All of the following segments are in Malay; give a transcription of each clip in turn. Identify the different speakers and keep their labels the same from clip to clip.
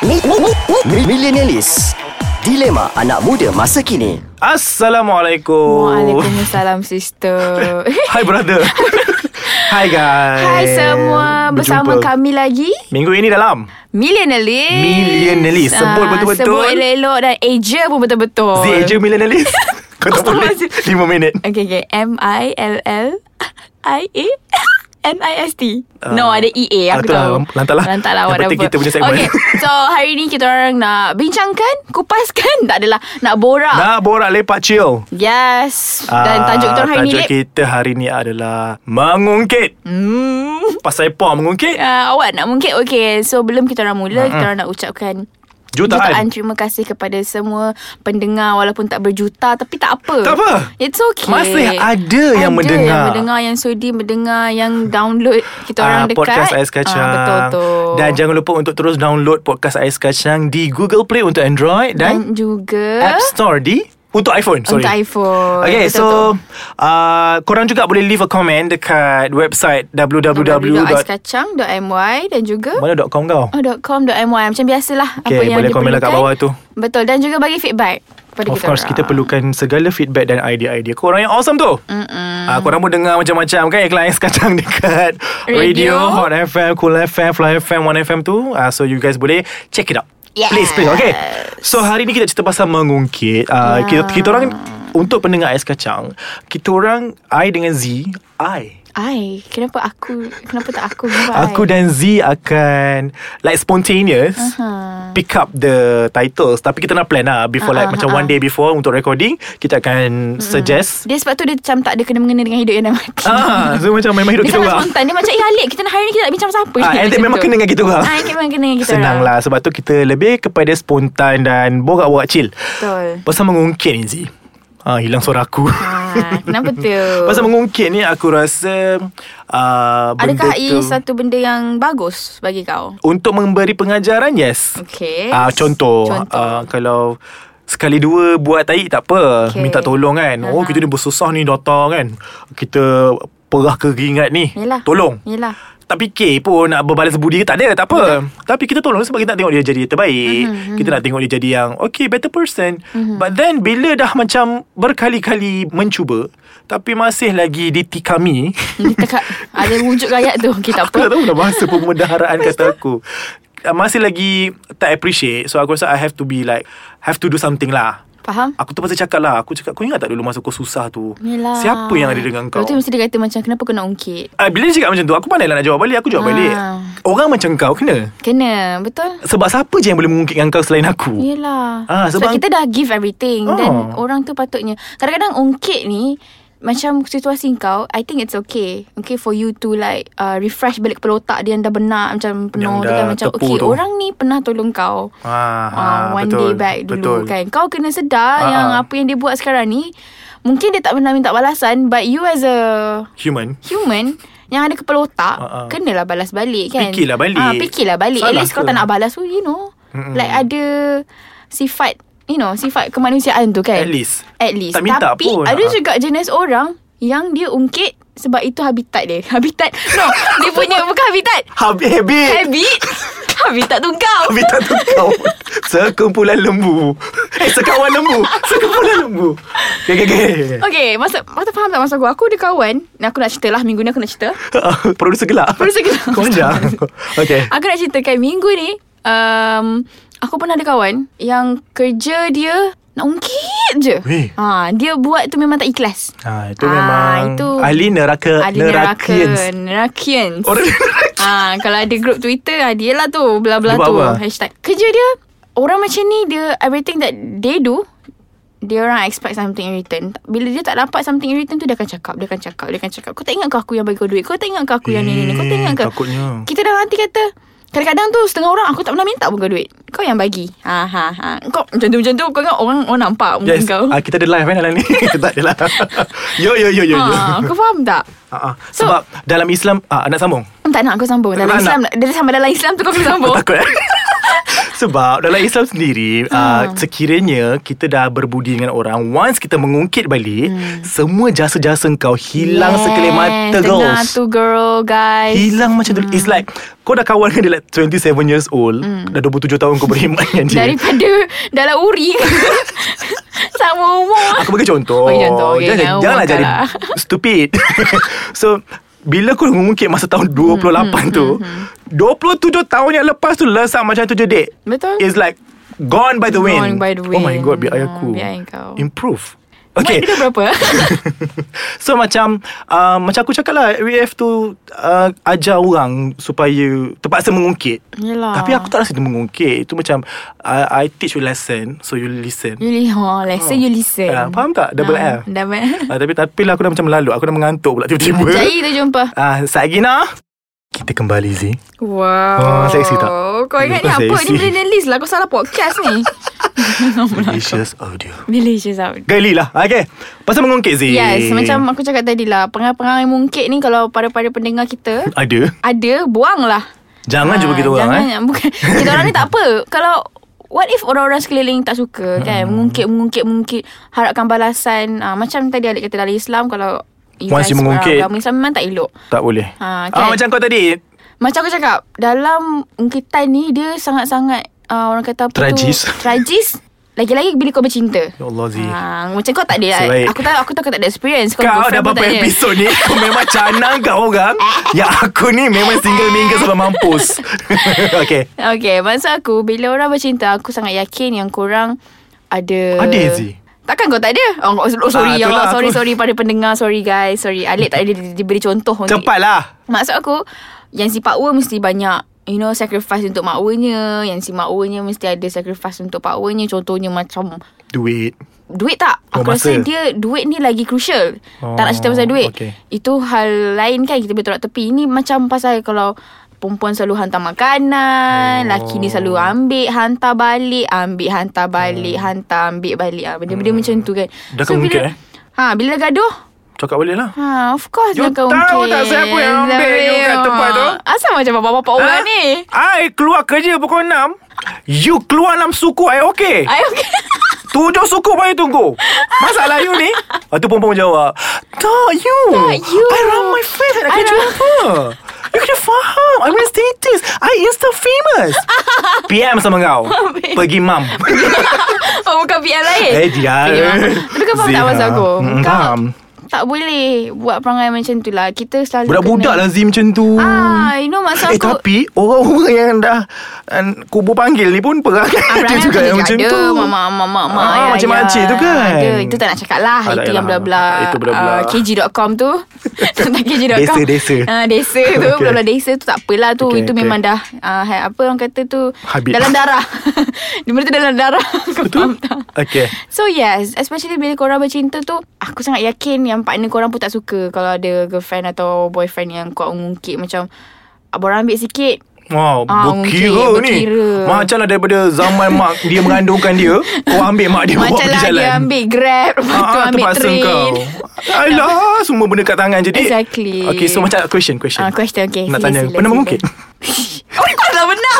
Speaker 1: Mi- mi- mi- mi- Millenialis Dilema anak muda masa kini
Speaker 2: Assalamualaikum
Speaker 3: Waalaikumsalam sister
Speaker 2: Hai brother Hai guys
Speaker 3: Hai semua Bersama
Speaker 2: Berjumpa.
Speaker 3: kami lagi
Speaker 2: Minggu ini dalam
Speaker 3: Millionaire
Speaker 2: Millionaire. Sebut betul-betul.
Speaker 3: Ah, Sebut elok-elok Dan Asia pun betul-betul
Speaker 2: The Asia Millenialis Kau tak boleh
Speaker 3: Astaghfirullahalazim.
Speaker 2: 5 minit
Speaker 3: Okay okay M-I-L-L-I-A N-I-S-T No
Speaker 2: Ah,
Speaker 3: ada EA Aku
Speaker 2: itulah.
Speaker 3: tahu
Speaker 2: Lantar lah.
Speaker 3: Lantar lah
Speaker 2: Yang
Speaker 3: whatever
Speaker 2: penting kita punya segmen.
Speaker 3: Okay So hari ni kita orang nak Bincangkan Kupaskan Tak adalah Nak borak
Speaker 2: Nak borak lepak chill
Speaker 3: Yes Dan tajuk kita
Speaker 2: Ah,
Speaker 3: orang hari ni
Speaker 2: Tajuk
Speaker 3: Lip.
Speaker 2: kita hari ni adalah Mengungkit
Speaker 3: Hmm
Speaker 2: Pasal Ipah mengungkit
Speaker 3: uh, awak nak mungkin okay so belum kita orang mula kita orang nak ucapkan
Speaker 2: Jutaan.
Speaker 3: terima kasih kepada semua pendengar walaupun tak berjuta tapi tak apa.
Speaker 2: Tak apa.
Speaker 3: It's okay.
Speaker 2: Masih ada yang
Speaker 3: Ada yang
Speaker 2: mendengar.
Speaker 3: mendengar yang sudi mendengar yang download kita
Speaker 2: Ah,
Speaker 3: orang dekat
Speaker 2: Podcast Ais Kacang
Speaker 3: Ah, betul tu.
Speaker 2: Dan jangan lupa untuk terus download Podcast Ais Kacang Di Google Play untuk Android Dan,
Speaker 3: dan juga
Speaker 2: App Store di Untuk iPhone sorry.
Speaker 3: untuk iPhone.
Speaker 2: Okay so
Speaker 3: Betul tu.
Speaker 2: uh, Korang juga boleh leave a comment Dekat website www.
Speaker 3: www.aiskacang.my dan juga
Speaker 2: Mana .com kau?
Speaker 3: oh, .com.my macam biasalah
Speaker 2: Okay,
Speaker 3: apa yang
Speaker 2: boleh komen lah kat
Speaker 3: diperlukan.
Speaker 2: bawah tu.
Speaker 3: Betul dan juga bagi feedback kepada
Speaker 2: Of
Speaker 3: kita
Speaker 2: course
Speaker 3: orang.
Speaker 2: kita perlukan segala feedback dan idea-idea Korang yang awesome tu Mm-mm. Uh, Korang pun dengar macam-macam kan Iklan Ais Kacang dekat Radio,
Speaker 3: Radio.
Speaker 2: Hot FM, Cool FM, Fly FM, One FM tu uh, So you guys boleh check it out
Speaker 3: Yes.
Speaker 2: Please please okay So hari ni kita cerita pasal mengungkit uh, yeah.
Speaker 3: Ya.
Speaker 2: kita, kita orang untuk pendengar Ais Kacang Kita orang I dengan Z I
Speaker 3: Ai, kenapa aku Kenapa tak aku Kenapa
Speaker 2: Aku
Speaker 3: I?
Speaker 2: dan Z akan Like spontaneous uh-huh. Pick up the titles Tapi kita nak plan lah Before uh-huh. like
Speaker 3: Uh-huh,
Speaker 2: Macam one day before Untuk recording Kita akan suggest
Speaker 3: Dia sebab tu dia macam tak ada kena-mengena dengan hidup yang dah mati
Speaker 2: Ah, So macam memang hidup
Speaker 3: Dia
Speaker 2: kita
Speaker 3: sangat
Speaker 2: orang
Speaker 3: spontan Dia macam Eh Alik Kita nak hari ni Kita nak bincang pasal apa
Speaker 2: Ah,
Speaker 3: Dia
Speaker 2: and
Speaker 3: macam
Speaker 2: memang
Speaker 3: tu.
Speaker 2: kena dengan kita orang.
Speaker 3: Ah, memang kena dengan kita
Speaker 2: Senang
Speaker 3: orang
Speaker 2: lah Sebab tu kita lebih kepada spontan Dan borak-borak chill
Speaker 3: Betul.
Speaker 2: Pasal mengungkit ni Z ah, Hilang suara aku
Speaker 3: ah, Kenapa tu
Speaker 2: Pasal mengungkit ni Aku rasa uh,
Speaker 3: Adakah
Speaker 2: tu,
Speaker 3: ia satu benda yang bagus Bagi kau
Speaker 2: Untuk memberi pengajaran Yes
Speaker 3: Okay
Speaker 2: Ah uh, contoh, contoh.
Speaker 3: Contoh
Speaker 2: Uh, kalau sekali dua buat tahi tak apa, okay.
Speaker 3: Okay.
Speaker 2: minta tolong kan. Uh-huh. Oh kita ni bersusah ni data kan. Kita perah keringat ni.
Speaker 3: Yelah
Speaker 2: Tolong.
Speaker 3: Yelah
Speaker 2: Tak fikir pun nak berbalas budi ke tak ada, tak apa. Tapi kita tolong sebab kita nak tengok dia jadi terbaik.
Speaker 3: Mhm,
Speaker 2: Mm-hmm. Kita nak tengok dia jadi yang okay, better person. Mm-hmm. But then bila dah macam berkali-kali mencuba tapi masih lagi ditikami.
Speaker 3: Dia tekak Ada wujud rakyat tu Okay tak
Speaker 2: Aku tak
Speaker 3: apa
Speaker 2: tahu dah bahasa pemudaharaan kata aku Uh, Masih lagi tak appreciate So aku rasa I have to be like Have to do something lah
Speaker 3: Faham
Speaker 2: Aku tu pasal cakap lah Aku cakap kau ingat tak dulu masa kau susah tu
Speaker 3: Yelah
Speaker 2: Siapa yang ada dengan kau
Speaker 3: Lepas tu mesti dia kata macam Kenapa kau nak ungkit
Speaker 2: uh, Bila dia cakap macam tu Aku pandai lah nak jawab balik Aku jawab
Speaker 3: Ah.
Speaker 2: balik Orang macam kau kena
Speaker 3: Kena Betul
Speaker 2: Sebab siapa je yang boleh mengungkit dengan kau Selain aku
Speaker 3: Yelah
Speaker 2: Ah,
Speaker 3: ah,
Speaker 2: sebab-
Speaker 3: sebab, kita dah give everything Dan
Speaker 2: Ah.
Speaker 3: orang tu patutnya Kadang-kadang ungkit ni Macam situasi kau I think it's okay Okay for you to like uh, Refresh balik kepala otak dia Yang dah benar Macam penuh
Speaker 2: Yang
Speaker 3: tu
Speaker 2: dah
Speaker 3: kan Macam
Speaker 2: tepu
Speaker 3: okay
Speaker 2: tu.
Speaker 3: Orang ni pernah tolong kau
Speaker 2: Ah,
Speaker 3: Ah,
Speaker 2: ah,
Speaker 3: One
Speaker 2: betul,
Speaker 3: day back
Speaker 2: betul.
Speaker 3: dulu kan Kau kena
Speaker 2: Ah,
Speaker 3: sedar Yang
Speaker 2: ah.
Speaker 3: apa yang dia buat sekarang ni Mungkin dia tak pernah minta balasan But you as a
Speaker 2: Human
Speaker 3: human yang ada kepala otak
Speaker 2: Ah, ah.
Speaker 3: Kenalah balas balik kan
Speaker 2: Fikirlah balik.
Speaker 3: ah, Fikirlah balik At
Speaker 2: Salah
Speaker 3: least kau
Speaker 2: ke?
Speaker 3: tak nak balas pun You know
Speaker 2: Mm-mm.
Speaker 3: Mm-mm. Like ada Sifat You know Sifat kemanusiaan tu kan
Speaker 2: At least
Speaker 3: At least
Speaker 2: Tak minta
Speaker 3: Tapi
Speaker 2: pun,
Speaker 3: ada
Speaker 2: ah.
Speaker 3: juga jenis orang Yang dia ungkit Sebab itu habitat dia Habitat No Dia punya bukan habitat
Speaker 2: Habis-habis
Speaker 3: Habit Habitat tu kau
Speaker 2: Habitat tu kau Sekumpulan lembu Eh sekawan lembu Sekumpulan lembu Okay okay okay
Speaker 3: Okay masa, masa faham tak masa aku Aku ada kawan Aku nak cerita lah Minggu ni aku nak cerita
Speaker 2: Producer gelap
Speaker 3: Producer gelap.
Speaker 2: Konjang Okay
Speaker 3: Aku nak ceritakan minggu ni um, Aku pernah ada kawan Yang kerja dia Nak ungkit je
Speaker 2: Weh.
Speaker 3: ha, Dia buat tu memang tak ikhlas
Speaker 2: ha, Itu
Speaker 3: Ah,
Speaker 2: memang
Speaker 3: itu.
Speaker 2: Ahli neraka
Speaker 3: Ada
Speaker 2: Nerakians Oh,
Speaker 3: neraka Nerakians
Speaker 2: Orang
Speaker 3: ha, Kalau ada grup Twitter ah, Dia lah tu Bla-bla
Speaker 2: Dia buat
Speaker 3: tu
Speaker 2: apa?
Speaker 3: Hashtag Kerja dia Orang macam ni Dia everything that they do dia orang expect something in return Bila dia tak dapat something in return tu Dia akan cakap Dia akan cakap Dia akan cakap Kau tak ingat ke aku yang bagi kau duit Kau tak ingat ke aku yang ni ni ni? Kau tak
Speaker 2: Eh,
Speaker 3: ingat ke
Speaker 2: takutnya.
Speaker 3: Kita dalam hati kata Kadang-kadang tu setengah orang Aku tak pernah minta pun kau duit Kau yang bagi ha, ha, ha. Kau macam tu macam tu Kau ingat orang, orang nampak Mungkin
Speaker 2: Yes
Speaker 3: kau
Speaker 2: ah, Kita ada live kan dalam ni Kita tak ada live Yo yo yo yo, yo.
Speaker 3: ha, Kau faham tak
Speaker 2: Ah, ah.
Speaker 3: So-
Speaker 2: Sebab dalam Islam ah, Nak sambung
Speaker 3: Tak nak aku sambung Dalam
Speaker 2: Tak nak.
Speaker 3: Islam Dia sampai dalam Islam tu kau kena sambung
Speaker 2: Takut eh Sebab dalam Islam sendiri uh, Sekiranya kita dah berbudi dengan orang Once kita mengungkit balik Semua jasa-jasa kau hilang yeah, sekelip mata
Speaker 3: Dengar
Speaker 2: girls
Speaker 3: tu girl guys
Speaker 2: Hilang macam tu It's like Kau dah kawan dengan dia like 27 years old Dah 27 tahun kau beriman dengan dia
Speaker 3: Daripada dalam uri Sama umur
Speaker 2: Aku bagi contoh,
Speaker 3: Bagi contoh, okay,
Speaker 2: Jangan,
Speaker 3: jangan
Speaker 2: janganlah
Speaker 3: umumkan
Speaker 2: jadi
Speaker 3: lah.
Speaker 2: stupid So Bila kau mungkin masa tahun
Speaker 3: Hmm,
Speaker 2: 28 tu 27 tahun yang lepas tu Lesak macam tu je dek
Speaker 3: Betul.
Speaker 2: It's like Gone by the wind
Speaker 3: Gone by the
Speaker 2: Oh my
Speaker 3: wind.
Speaker 2: god biar
Speaker 3: Ah,
Speaker 2: aku
Speaker 3: biar engkau.
Speaker 2: Improve
Speaker 3: Okay. Dia dah berapa?
Speaker 2: So macam uh, Macam aku cakap lah We have to uh, Ajar orang Supaya Terpaksa mengungkit
Speaker 3: Yelah.
Speaker 2: Tapi aku tak rasa dia mengungkit Itu macam uh, I teach you lesson So you listen
Speaker 3: You li- oh, lesson you listen.
Speaker 2: Ah, faham tak? Double
Speaker 3: Ah,
Speaker 2: L.
Speaker 3: Double L.
Speaker 2: uh, Tapi tapi lah aku dah macam lalu Aku dah mengantuk pula tiba-tiba
Speaker 3: Jadi kita jumpa.
Speaker 2: Ah, uh, Sagina Kita kembali Zee
Speaker 3: Wow.
Speaker 2: Ah, seksi tak?
Speaker 3: Kau ingat ni
Speaker 2: Kau
Speaker 3: apa?
Speaker 2: seksi.
Speaker 3: Ni millennial list lah. Kau salah podcast ni. Oh,
Speaker 2: Delicious audio
Speaker 3: Delicious out.
Speaker 2: Gali lah Okay Pasal mengungkit Zee
Speaker 3: Yes, macam aku cakap tadi lah. Perangai-perangai mungkin ni kalau pada-pada pendengar kita,
Speaker 2: Ada
Speaker 3: ada, buang lah.
Speaker 2: Jangan jumpa
Speaker 3: Ah,
Speaker 2: kita orang
Speaker 3: jangan,
Speaker 2: eh.
Speaker 3: Bukan, kita orang ni tak apa. Kalau What if orang-orang sekeliling tak
Speaker 2: Hmm.
Speaker 3: suka kan Mengungkit, mengungkit, mengungkit Harapkan balasan ah, Macam tadi Alik kata dalam Islam Kalau you
Speaker 2: Once
Speaker 3: guys
Speaker 2: you mengungkit.
Speaker 3: beragama Islam memang tak elok
Speaker 2: Tak boleh
Speaker 3: Ah,
Speaker 2: Ah,
Speaker 3: kan?
Speaker 2: Macam kau tadi
Speaker 3: Macam aku cakap Dalam ungkitan ni Dia sangat-sangat uh, Orang kata apa
Speaker 2: Tragis.
Speaker 3: tu Tragis Lagi-lagi bila kau bercinta
Speaker 2: Ya Allah Zee
Speaker 3: Ha, macam kau tak ada
Speaker 2: Sebaik.
Speaker 3: Aku tahu aku tahu kau eh? tak ada experience
Speaker 2: Kau
Speaker 3: girlfriend
Speaker 2: dah
Speaker 3: pun tak
Speaker 2: berapa
Speaker 3: ada.
Speaker 2: episod ni Kau memang canang kat orang Ya aku ni memang single mingle Sampai mampus Okay
Speaker 3: Okay Maksud aku Bila orang bercinta Aku sangat yakin Yang korang Ada
Speaker 2: Ada, Zee?
Speaker 3: Takkan kau tak ada Oh, oh, oh
Speaker 2: Ah,
Speaker 3: sorry ya Allah
Speaker 2: itulah
Speaker 3: Sorry
Speaker 2: aku-
Speaker 3: sorry pada pendengar Sorry guys Sorry Alik tak ada dia- dia beri contoh untuk-
Speaker 2: Cepatlah
Speaker 3: Maksud aku Yang si Pak Wer mesti banyak You know sacrifice untuk mak Wernya Yang si mak Wernya mesti ada sacrifice untuk pak Wernya Contohnya macam
Speaker 2: Duit
Speaker 3: Duit tak
Speaker 2: Oh,
Speaker 3: Aku rasa
Speaker 2: masa.
Speaker 3: dia Duit ni lagi crucial oh, Tak nak cerita
Speaker 2: Oh,
Speaker 3: pasal duit
Speaker 2: okay.
Speaker 3: Itu hal lain kan Kita boleh tolak tepi Ini macam pasal kalau Perempuan selalu hantar makanan oh. Laki ni selalu ambil Hantar balik Ambil hantar balik hmm. Hantar ambil balik ha, Benda-benda hmm. macam tu kan
Speaker 2: Dah kau mungkit, eh?
Speaker 3: ha, Bila gaduh
Speaker 2: Cakap boleh lah
Speaker 3: Ha, of course
Speaker 2: You
Speaker 3: lah kau
Speaker 2: tahu
Speaker 3: mungkin.
Speaker 2: tak siapa yang ambil
Speaker 3: Tapi,
Speaker 2: you kat tempat tu?
Speaker 3: Asal macam bapak-bapak ha? orang ni
Speaker 2: Ah, I keluar kerja pukul 6 You keluar 6 suku I okay
Speaker 3: I okay
Speaker 2: Tujuh suku pun you tunggu Masalah you ni Lepas tu perempuan jawab Tak you
Speaker 3: Tak, you.
Speaker 2: I run my face I
Speaker 3: I
Speaker 2: kerja
Speaker 3: run-
Speaker 2: apa You kena faham I wear status I insta famous PM sama kau Pergi mam
Speaker 3: Oh bukan PR lain
Speaker 2: Eh, dia.
Speaker 3: Okey, faham. Tapi kau faham tak
Speaker 2: Zina.
Speaker 3: pasal aku
Speaker 2: Mm,
Speaker 3: Kau
Speaker 2: faham.
Speaker 3: tak boleh Buat perangai macam tu lah Kita selalu
Speaker 2: Budak-budak lah
Speaker 3: kena-
Speaker 2: Zee macam tu
Speaker 3: Ah, you know masa
Speaker 2: Eh
Speaker 3: aku
Speaker 2: tapi Orang-orang yang dah uh, Kubur panggil ni pun Perang
Speaker 3: Ah, perangai
Speaker 2: Itu juga
Speaker 3: aku
Speaker 2: yang
Speaker 3: juga
Speaker 2: macam
Speaker 3: ada.
Speaker 2: tu
Speaker 3: Mama, mama, mama
Speaker 2: Ah, macam makcik tu kan.
Speaker 3: ya, Ada Itu tak nak cakap lah
Speaker 2: Alah,
Speaker 3: Itu yang
Speaker 2: alah.
Speaker 3: bla-bla
Speaker 2: Itu bla-bla.
Speaker 3: ah, KG.com tu Tentang KG.com
Speaker 2: Desa, desa.
Speaker 3: Ah, Desa tu
Speaker 2: Okay.
Speaker 3: Bla-bla desa tu tak apalah tu
Speaker 2: Okay,
Speaker 3: Itu
Speaker 2: okay.
Speaker 3: memang dah ah, ha- Apa orang kata tu
Speaker 2: Habit.
Speaker 3: Dalam darah Benda tu dalam darah Kau faham tak
Speaker 2: Okay
Speaker 3: So yes Especially bila korang bercinta tu Aku sangat yakin Yang partner korang pun tak suka Kalau ada girlfriend atau boyfriend Yang kau mungkit macam Abang ambil sikit
Speaker 2: Wow,
Speaker 3: Ah,
Speaker 2: berkira
Speaker 3: mungkin,
Speaker 2: ni
Speaker 3: berkira.
Speaker 2: Macam lah daripada zaman mak dia mengandungkan dia Kau ambil mak dia bawa
Speaker 3: Macam
Speaker 2: pergi
Speaker 3: lah
Speaker 2: jalan
Speaker 3: dia ambil grab Lepas tu
Speaker 2: Ah,
Speaker 3: ambil
Speaker 2: terpaksa
Speaker 3: train
Speaker 2: kau Alah Semua benda kat tangan Jadi
Speaker 3: Exactly.
Speaker 2: Okay so macam Question question
Speaker 3: Ah, question, okay.
Speaker 2: Nak
Speaker 3: Sila,
Speaker 2: tanya
Speaker 3: sila,
Speaker 2: Pernah
Speaker 3: sila.
Speaker 2: mengungkit
Speaker 3: Oh kau dah benar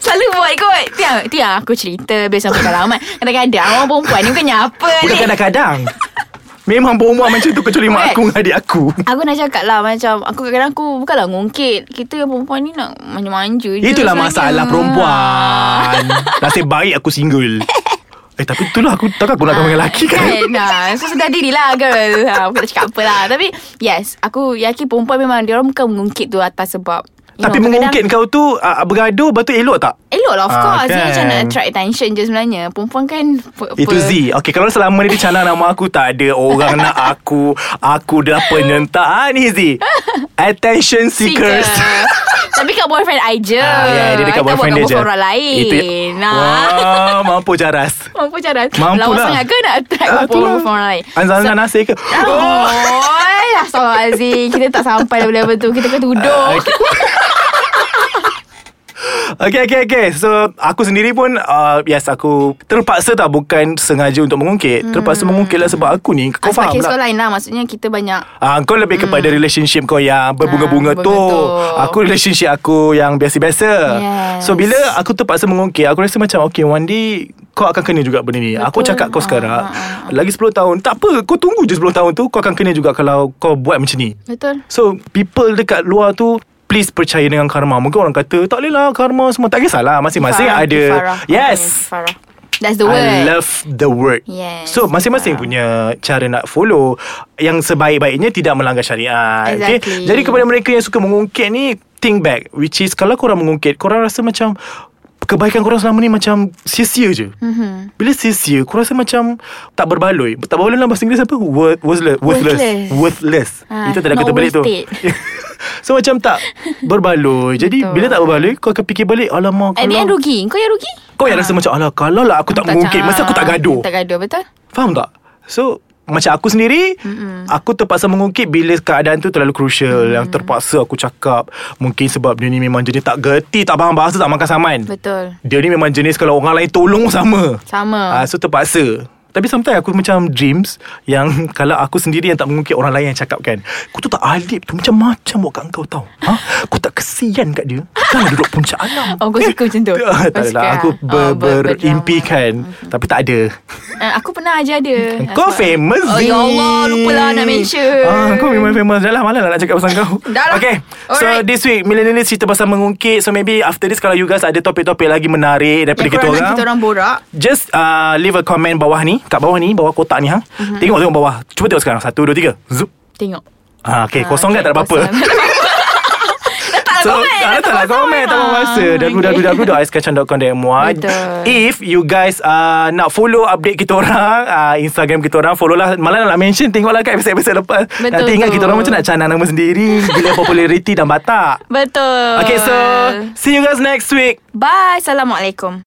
Speaker 3: Selalu buat kot Tiang, tiang aku cerita Bila sampai kalaman Kadang-kadang orang perempuan ni bukannya apa
Speaker 2: Bukan
Speaker 3: ni.
Speaker 2: kadang-kadang Memang perempuan macam tu Kecuali mak
Speaker 3: Bukan.
Speaker 2: aku dengan adik aku
Speaker 3: Aku nak cakap lah Macam Aku kadang-kadang aku Bukanlah ngungkit Kita yang perempuan ni Nak manja-manja je
Speaker 2: Itulah
Speaker 3: sebenarnya.
Speaker 2: masalah perempuan Nasib baik aku single Eh tapi itulah aku Takkan
Speaker 3: Ah,
Speaker 2: aku nak kahwin dengan lelaki kan
Speaker 3: Eh, nah, So sedar dirilah girl ha, Aku tak cakap apa lah Tapi yes Aku yakin perempuan memang Dia orang bukan mengungkit tu Atas sebab you
Speaker 2: Tapi
Speaker 3: know,
Speaker 2: mengungkit
Speaker 3: kadang-
Speaker 2: kau tu ah, Bergaduh Lepas tu elok tak
Speaker 3: Elok lah of
Speaker 2: Ah,
Speaker 3: course Dia
Speaker 2: kan.
Speaker 3: macam nak attract attention je sebenarnya Perempuan kan pe-
Speaker 2: Itu
Speaker 3: pe-
Speaker 2: Z Okay kalau selama ni Dia canang nama aku Tak ada orang nak aku Aku dah penyentak ha, Ni Z Attention seekers
Speaker 3: Seeker. Tapi kat boyfriend I je
Speaker 2: Ah, ya, dia dekat
Speaker 3: I tak buat
Speaker 2: boyfriend dia
Speaker 3: kat
Speaker 2: je.
Speaker 3: orang lain
Speaker 2: Itu,
Speaker 3: Nah
Speaker 2: Wah, mampu jaras.
Speaker 3: Mampu cara
Speaker 2: Mampu
Speaker 3: Lawa
Speaker 2: lah.
Speaker 3: sangat ke nak
Speaker 2: Ah,
Speaker 3: attract
Speaker 2: itulah.
Speaker 3: ah,
Speaker 2: Ah.
Speaker 3: perempuan orang lain
Speaker 2: Anzalna Nasir ke?
Speaker 3: Oh,
Speaker 2: Ah,
Speaker 3: Astaghfirullahaladzim Kita tak sampai level-level tu Kita kena tuduh
Speaker 2: Okay. Okay, okay, okay. So, aku sendiri pun, uh, yes, aku terpaksa tak bukan sengaja untuk mengungkit. Hmm. Terpaksa mengungkit lah sebab aku ni, kau
Speaker 3: Aspek
Speaker 2: faham
Speaker 3: case
Speaker 2: lah.
Speaker 3: kau lain lah Maksudnya kita banyak
Speaker 2: Ah, kau lebih kepada relationship kau yang berbunga-bunga
Speaker 3: Hmm. Ah,
Speaker 2: tu.
Speaker 3: berbunga-tu.
Speaker 2: Aku relationship aku yang biasa-biasa.
Speaker 3: Yes.
Speaker 2: So bila aku terpaksa mengungkit, aku rasa macam okay one day kau akan kena juga benda ni. Betul. Aku cakap kau
Speaker 3: Ah,
Speaker 2: sekarang
Speaker 3: ah, ah.
Speaker 2: lagi 10 tahun. Tak apa, kau tunggu je 10 tahun tu kau akan kena juga kalau kau buat macam ni.
Speaker 3: Betul
Speaker 2: So people dekat luar tu Please percaya dengan karma Mungkin orang kata Tak boleh lah karma semua Tak kisahlah Masing-masing
Speaker 3: Kifarah,
Speaker 2: ada
Speaker 3: kifarah.
Speaker 2: Yes
Speaker 3: Kifarah. That's the word
Speaker 2: I love the word
Speaker 3: Yes.
Speaker 2: So masing-masing punya Cara nak follow Yang sebaik-baiknya Tidak melanggar syariat
Speaker 3: Exactly.
Speaker 2: Jadi kepada mereka yang suka mengungkit ni Think back Which is Kalau korang mengungkit Korang rasa macam Kebaikan korang selama ni Macam sia-sia je mm-hmm. Bila sia-sia Korang rasa macam Tak berbaloi Tak berbaloi dalam bahasa Inggeris apa Worth, worthless Worthless
Speaker 3: Worthless.
Speaker 2: Worthless
Speaker 3: Ah,
Speaker 2: Itu tak ada
Speaker 3: not
Speaker 2: kata balik tu
Speaker 3: worth it.
Speaker 2: So macam tak Berbaloi Jadi
Speaker 3: Betul.
Speaker 2: bila tak berbaloi Kau akan fikir balik Alamak
Speaker 3: At the end
Speaker 2: kalau
Speaker 3: rugi Kau yang rugi
Speaker 2: Kau yang rasa macam Alah kalau lah aku tak mengungkit
Speaker 3: cakap-
Speaker 2: Masa aku tak gaduh
Speaker 3: Tak gaduh betul
Speaker 2: Faham tak? So macam aku sendiri Mm-mm. Aku terpaksa mengungkit Bila keadaan tu terlalu crucial mm. Yang terpaksa aku cakap Mungkin sebab dia ni memang jenis Tak gerti Tak faham bahasa Tak makan saman
Speaker 3: Betul
Speaker 2: Dia ni memang jenis Kalau orang lain tolong sama
Speaker 3: Sama
Speaker 2: Ah, So terpaksa tapi sometimes aku macam dreams Yang kalau aku sendiri yang tak mengungkit Orang lain yang cakap kan Aku tu tak alip tu Macam-macam buat kat kau tau ha? Aku tak kesian kat dia Kan duduk puncak alam
Speaker 3: Oh, kau suka macam tu?
Speaker 2: Ah,
Speaker 3: Kau
Speaker 2: Tak
Speaker 3: suka,
Speaker 2: adalah Aku
Speaker 3: ah?
Speaker 2: ber,
Speaker 3: Oh, ber- Hmm.
Speaker 2: berimpikan Tapi tak ada
Speaker 3: Eh, Aku pernah ajar dia
Speaker 2: Kau famous
Speaker 3: Oh ya Allah Lupalah nak mention
Speaker 2: ah, Kau memang famous Dah lah malas lah nak cakap pasal kau
Speaker 3: Dah lah.
Speaker 2: Okay So
Speaker 3: Alright.
Speaker 2: this week Millennialist cerita pasal mengungkit So maybe after this Kalau you guys ada topik-topik lagi menarik Daripada
Speaker 3: Yang
Speaker 2: kita
Speaker 3: korang nak
Speaker 2: orang
Speaker 3: kita orang borak
Speaker 2: Just uh, leave a comment bawah ni Kat bawah ni Bawah kotak ni ha?
Speaker 3: Mhm.
Speaker 2: Mm-hmm. Tengok tengok bawah Cuba tengok sekarang Satu dua tiga Zup
Speaker 3: Tengok
Speaker 2: Ah, okay,
Speaker 3: Ah,
Speaker 2: kosong kan
Speaker 3: okay,
Speaker 2: tak ada apa-apa
Speaker 3: kosong. Letaklah
Speaker 2: So
Speaker 3: komen
Speaker 2: ah, Letaklah komen Tak apa masa
Speaker 3: Ah,
Speaker 2: www.aiskacang.com.my
Speaker 3: Betul.
Speaker 2: If you guys uh, Nak follow update kita orang uh, Instagram kita orang Follow lah Malah nak mention Tengoklah kat episode-episode lepas
Speaker 3: Betul
Speaker 2: Nanti ingat
Speaker 3: tu.
Speaker 2: kita orang macam nak canang nama sendiri Bila populariti dan batak
Speaker 3: Betul
Speaker 2: Okay so See you guys next week
Speaker 3: Bye Assalamualaikum